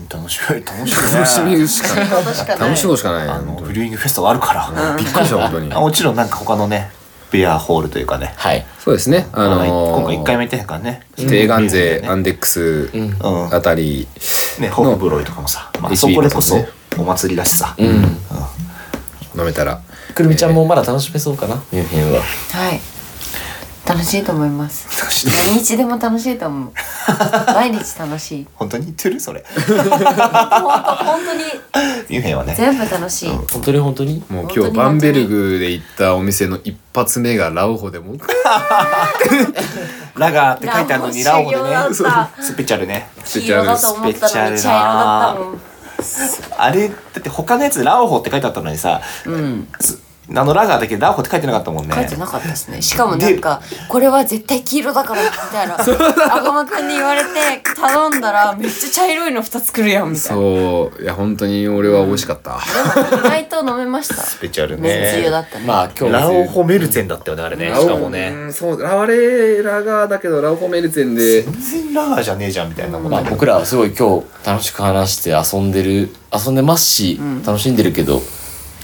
楽しみ楽し
楽し
みね
みしかない
楽しかない
楽しむしかない
あの
本当
ブ
に
リューイングフェストがあるから、
びっくりした本当に
あもちろんなんか他のねベアホールというかね、
はい。
そうですねあ
あの
のー
今回1回目行ってへんからね
低眼税、
ね
アンデックス
ん
あたり、
ねホームブロイとかもさ、まあ、
一
そ
味
こ
も
でこそ
ね
お祭りだしさ、
うん。
飲めたら
くるみちゃんもまだ楽しめそうかな、ミュンヘンは。
はい楽しいと思います何日でも楽しい
*laughs*
と思う毎日楽しい
本当に言ってるそ
*laughs*
れ
本当本当に
ミュンヘンはね
全部楽しい
本当に本当に
もう今日バンベルグで行ったお店の一発目がラウホでもう
ラガーって書いてあるのにラ
ラ
オ
オ
ホ
修
で
行だ
ね
った
そうスペチャルね
黄色だと思ったのに茶色だったもん
あれだって他のやつラオホって書いてあったのにさ、
うん
すあのラガーだけラオホって書いてなかったもんね
書いてなかったですねしかもなんかこれは絶対黄色だからみたいな赤間くんに言われて頼んだらめっちゃ茶色いの2つ来るやんみたいな
そういや本当に俺は美味しかった、
でも意外と飲めました
スペチャル
めつゆだ
ね
ったね、
まあ今日
ラオホメルツェンだったよねあれねしかもね
うんそうラワレーラガーだけどラウホメルツェンで
全然ラガーじゃねえじゃんみたいなもん
まあ僕らはすごい今日楽しく話して遊んでる、遊んでますし、楽しんでるけど、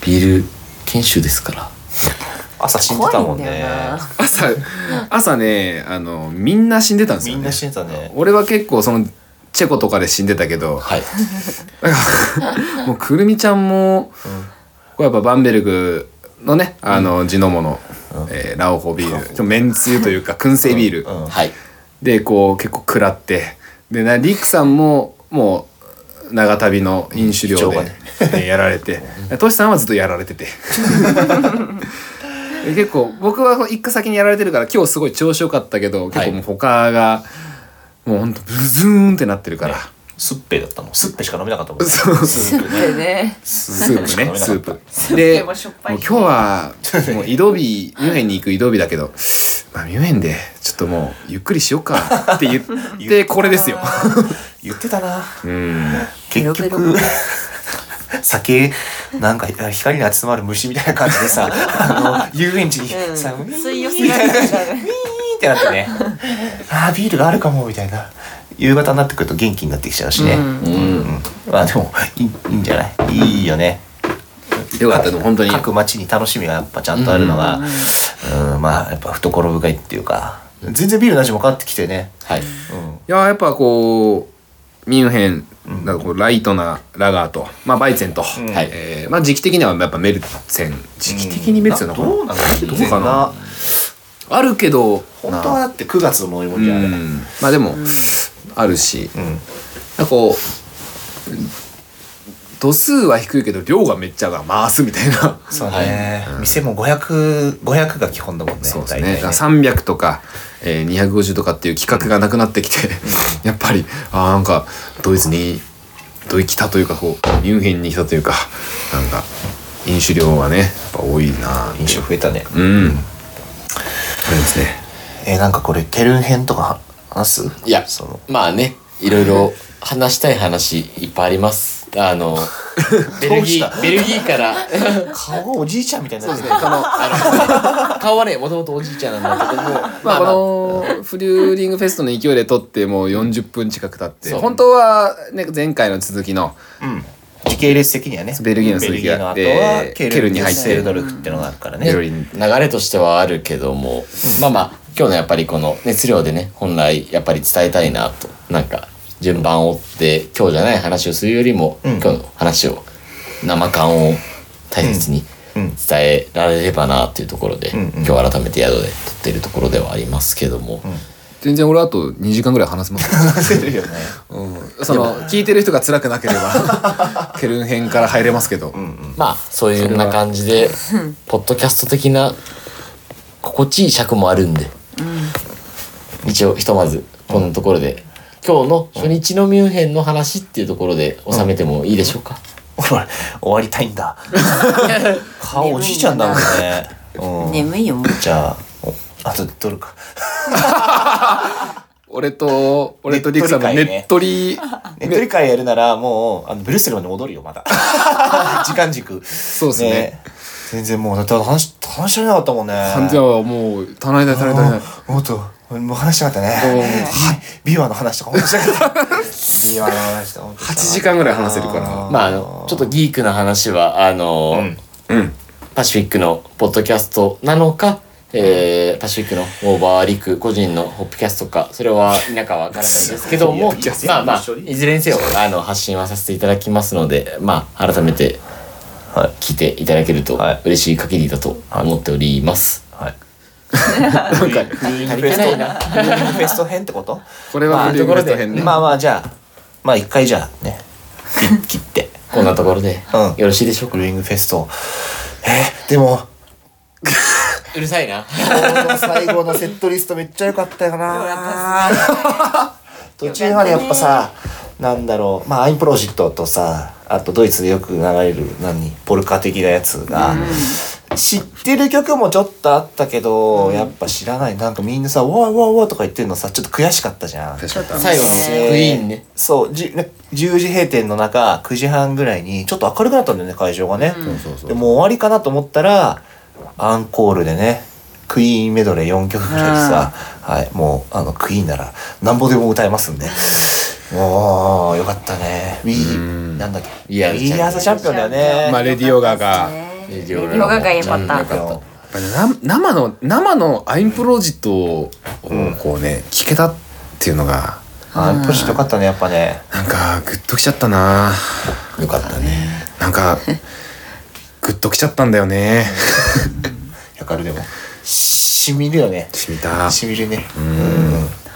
ビール研修ですから。
朝死んでた
怖
もん
いんだ
ね
よな
朝朝ねあのみんな死んでたんです
み
よ、ね、
んな死んでたね
俺は結構そのチェコとかで死んでたけど
はい。
*laughs* もうくるみちゃんも、これやっぱバンベルグのねあの地のもの、えーラオホビールちょっとめんつゆというか燻製ビール、
うん
はい。
でこう結構食らってでなリクさんももう長旅の飲酒量で、
うん
ねやられてトシさんはずっとやられて *laughs* てで結構僕は一家先にやられてるから今日すごい調子よかったけど結構もう他が、もうほんとブズーンってなってるから、
スッペだったもんスッペしか飲めなかったもんね
そう
スッペ
でね
スープねスープ
スー
で
プ
もう
はしょっぱい
今日はもう移動日ミュンヘンに行く移動日だけど、 *laughs* まあ、ミュンヘンでちょっともうゆっくりしようかって言ってこれですよ。
*laughs* 言ってたな
うん
結
ベロベ
局 *laughs* 酒なんか光に集まる虫みたいな感じで *laughs* さあの遊園地に
うん
さ、ウィーン
吸い寄せられてたね
*laughs* ウィーンってなってねあービールがあるかもみたいな夕方になってくると元気になってきちゃうしね、
うん
うんまあでもいいいいんじゃないいいよね
よかったでも本当に
各町に楽しみがやっぱちゃんとあるのが、うんまあやっぱ懐深いっていうか全然ビールの味も変わってきてね、
はい。
うん、
いややっぱこうミュンヘンなんかこうライトなラガーと、まあ、バイツェンと、
ん
はい
えーまあ、時期的にはやっぱメルツェン時期的にメルツェンなのかな,、
どうなの
どうかなあるけど
本当はだって9月のもりも
う
りじゃあれ
んまあでも、あるし
うん
なんかこう度数は低いけど量がめっちゃが回すみたいな、
そうね、店も500500が基本だもんね
そうです
大体
ねだから300とか、えー、250とかっていう企画がなくなってきてやっぱりあーなんかドイツにドイツ来たというかこうミュンヘンに来たというかなんか飲酒量はねやっぱ多いな
印象増えたね、
うんありますね
えーなんかこれテルン編とか話す
いや
その
まあねいろいろ話したい話いっぱいあります
*laughs*
あのベルギ
どうし
ーベルギー
*laughs*
から
顔がおじいちゃんみたいになってる
このあの顔はねもともとおじいちゃんなんだけども
まあ、このフリューリングフェストの勢いで撮ってもう40分近く経って
そう
本当は、ね、前回の続きの
うん時系列的にはね
ベルギーの続きがあって
ベルギーの後はケルン
ケルンに入って
デュッセルドルフってのがあるからね
メロリン
流れとしてはあるけども、まあまあ今日のやっぱりこの熱量でね本来やっぱり伝えたいなとなんか順番を追って今日じゃない話をするよりも、
うん
今日の話を生感を大切に
うんうん
伝えられればなっていうところで、
うんうん
今日改めて宿で撮っているところではありますけども、
全然俺あと2時間ぐらい話せます *laughs*
焦 *laughs* るよね
うん、その聞いてる人が辛くなけれ *laughs* ばケルン編から入れますけど、
まあそういうような感じでポッドキャスト的な心地いい尺もあるんで、一応ひとまずこんなところで、今日の初日のミュンヘンの話っていうところで収めてもいいでしょうか、
ほら終わりたいん
*laughs*
だ顔おじいちゃんだもんね、うん、
*laughs* 眠いよもう
じゃあおあとで撮るか
俺と俺とリクさんの
ね
ね
っ
っとり
ねっとり会やるならもうあのブルッセルまで戻るよ
*laughs*
まだ時間軸
そうですね
全然もうだって話話し合えなかったもんね
完全はもう棚枝棚
あ
枝
ーもっともう話したかったね
おー
はいビワの話とかもした
*laughs*
かったビワの話とか8
8時間ぐらい話せるから
まああのちょっとギークな話はあの、
ん
うん
パシフィックのポッドキャストなのか、えーパシフィックのオーバーリク個人のホップキャストかそれは否かわからないですけど
いや
も
いや
まあまあ
一緒に
いずれにせよあの発信はさせていただきますのでまあ改めて
はい
聞いていただけると
はい
嬉しい限りだと思っております。
はい
なんか
フ
足り
ェ
て
ス
ない
ト
な。
フェスト編ってこと
これはフリューリングフェスト編ね、
まあまあじゃあまあ一回じゃあね切切って
こんなところで
うん
よろしいでしょうか。
ブルーイングフェストえーでも
うるさいな。
この最後のセットリストめっちゃ良かったよな途中までやっぱさなんだろうまあアインプロジットとさあとドイツでよく流れる何ポルカ的なやつが、知ってる曲もちょっとあったけど、やっぱ知らないなんかみんなさ「わーわーわー」とか言ってるのさちょっと悔しかったじゃん。
確かに
最後のクイーンね。
そうじゅ10時閉店の中9時半ぐらいにちょっと明るくなったんだよね会場がね、
そうそう
でもう終わりかなと思ったらアンコールでねクイーンメドレー4曲ぐらいさ、はい、もうあのクイーンならなんぼでも歌えますんでもうよかったね We なんだっけ
We are the
We are the champion だよね、
まあレディオガが
レディオガが良かった
よかった。
やっぱりな生の生のアインプロジットをこうね、聞けたっていうのが
あのポジよかったねやっぱね
なんかグッときちゃったな
よかったね
なんかグッときちゃったんだよね
やかるでもしみるよね
しみた
しみるね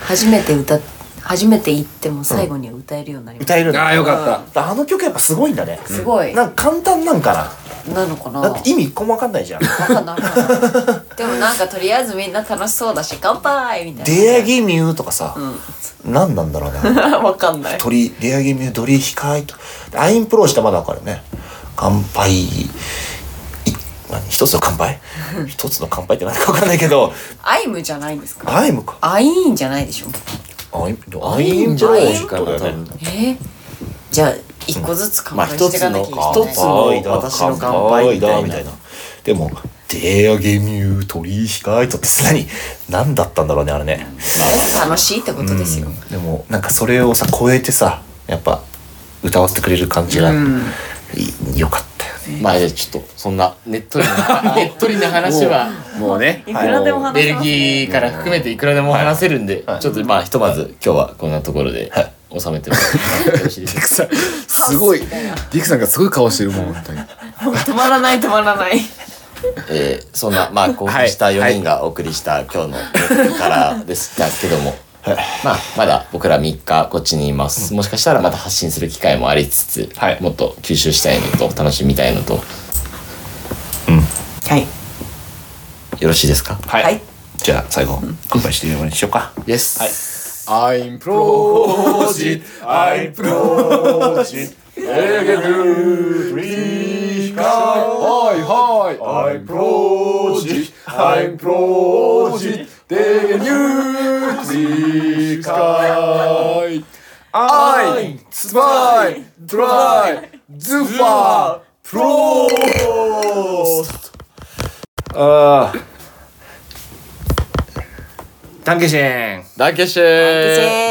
初めて歌っ初めて行っても最後には歌えるようになりました、
歌えるんだ
ああよかっ
あの曲やっぱすごいんだね
すごいな
なんか簡単なんか
のかな
なだって意味一個もわかんないじゃん
わかんないわかんないでもなんかとりあえずみんな楽しそうだし乾杯みたいな
レアギミューとかさ、何なんだろうね
わかん *laughs* ない
鳥レアギミュー鳥控えとアインプローしたまだわかるね乾杯い何一つの乾
*laughs*
杯一つの乾杯って何かわかんないけど
アイムじゃないんですか
アイムか
アイーンじゃないでしょ
アインアインプロートだよね
えーじゃあ一個ずつ乾
まあ
杯し
一
てい
つ
かなき
の
ゃいけない、
一つの私の乾杯だみたいな。
でもレアギミュー鳥控えとって何何だったんだろうねあれね
楽しいってことですよ、
でもなんかそれをさ超えてさやっぱ歌わせてくれる感じが、いよかったよね
まあじゃあちょっとそんなねっとり *laughs* なねっとりな話は
もうね
いくらでも話
ベ
せ
ル
ます
ギーから含めていくらでも話せるんで、ちょっとまあひとまず今日はこんなところで収めてもらってよろしいでしょうか。
すごいディクさんがすごい顔してるもん本当に
止まらない止まらない
えーそ
*laughs*
んなまあ興奮した
はい
4人がお送りした今日の「から」でしたけども、まあまだ僕ら3日こっちにいます、もしかしたらまた発信する機会もありつつ、
はい
もっと吸収したいのと楽しみたいのと
はい
よろしいですか
はい
はい
じゃあ最後乾杯してみましょうか
イエス、
アインプロジットアインプロジットエルゲルリカオはい。I'm Prodigy, I'm Prodigy, they new 次回。I, try, try, zufa, pro! ああ。
ダンケシェーン
ダンケシェーン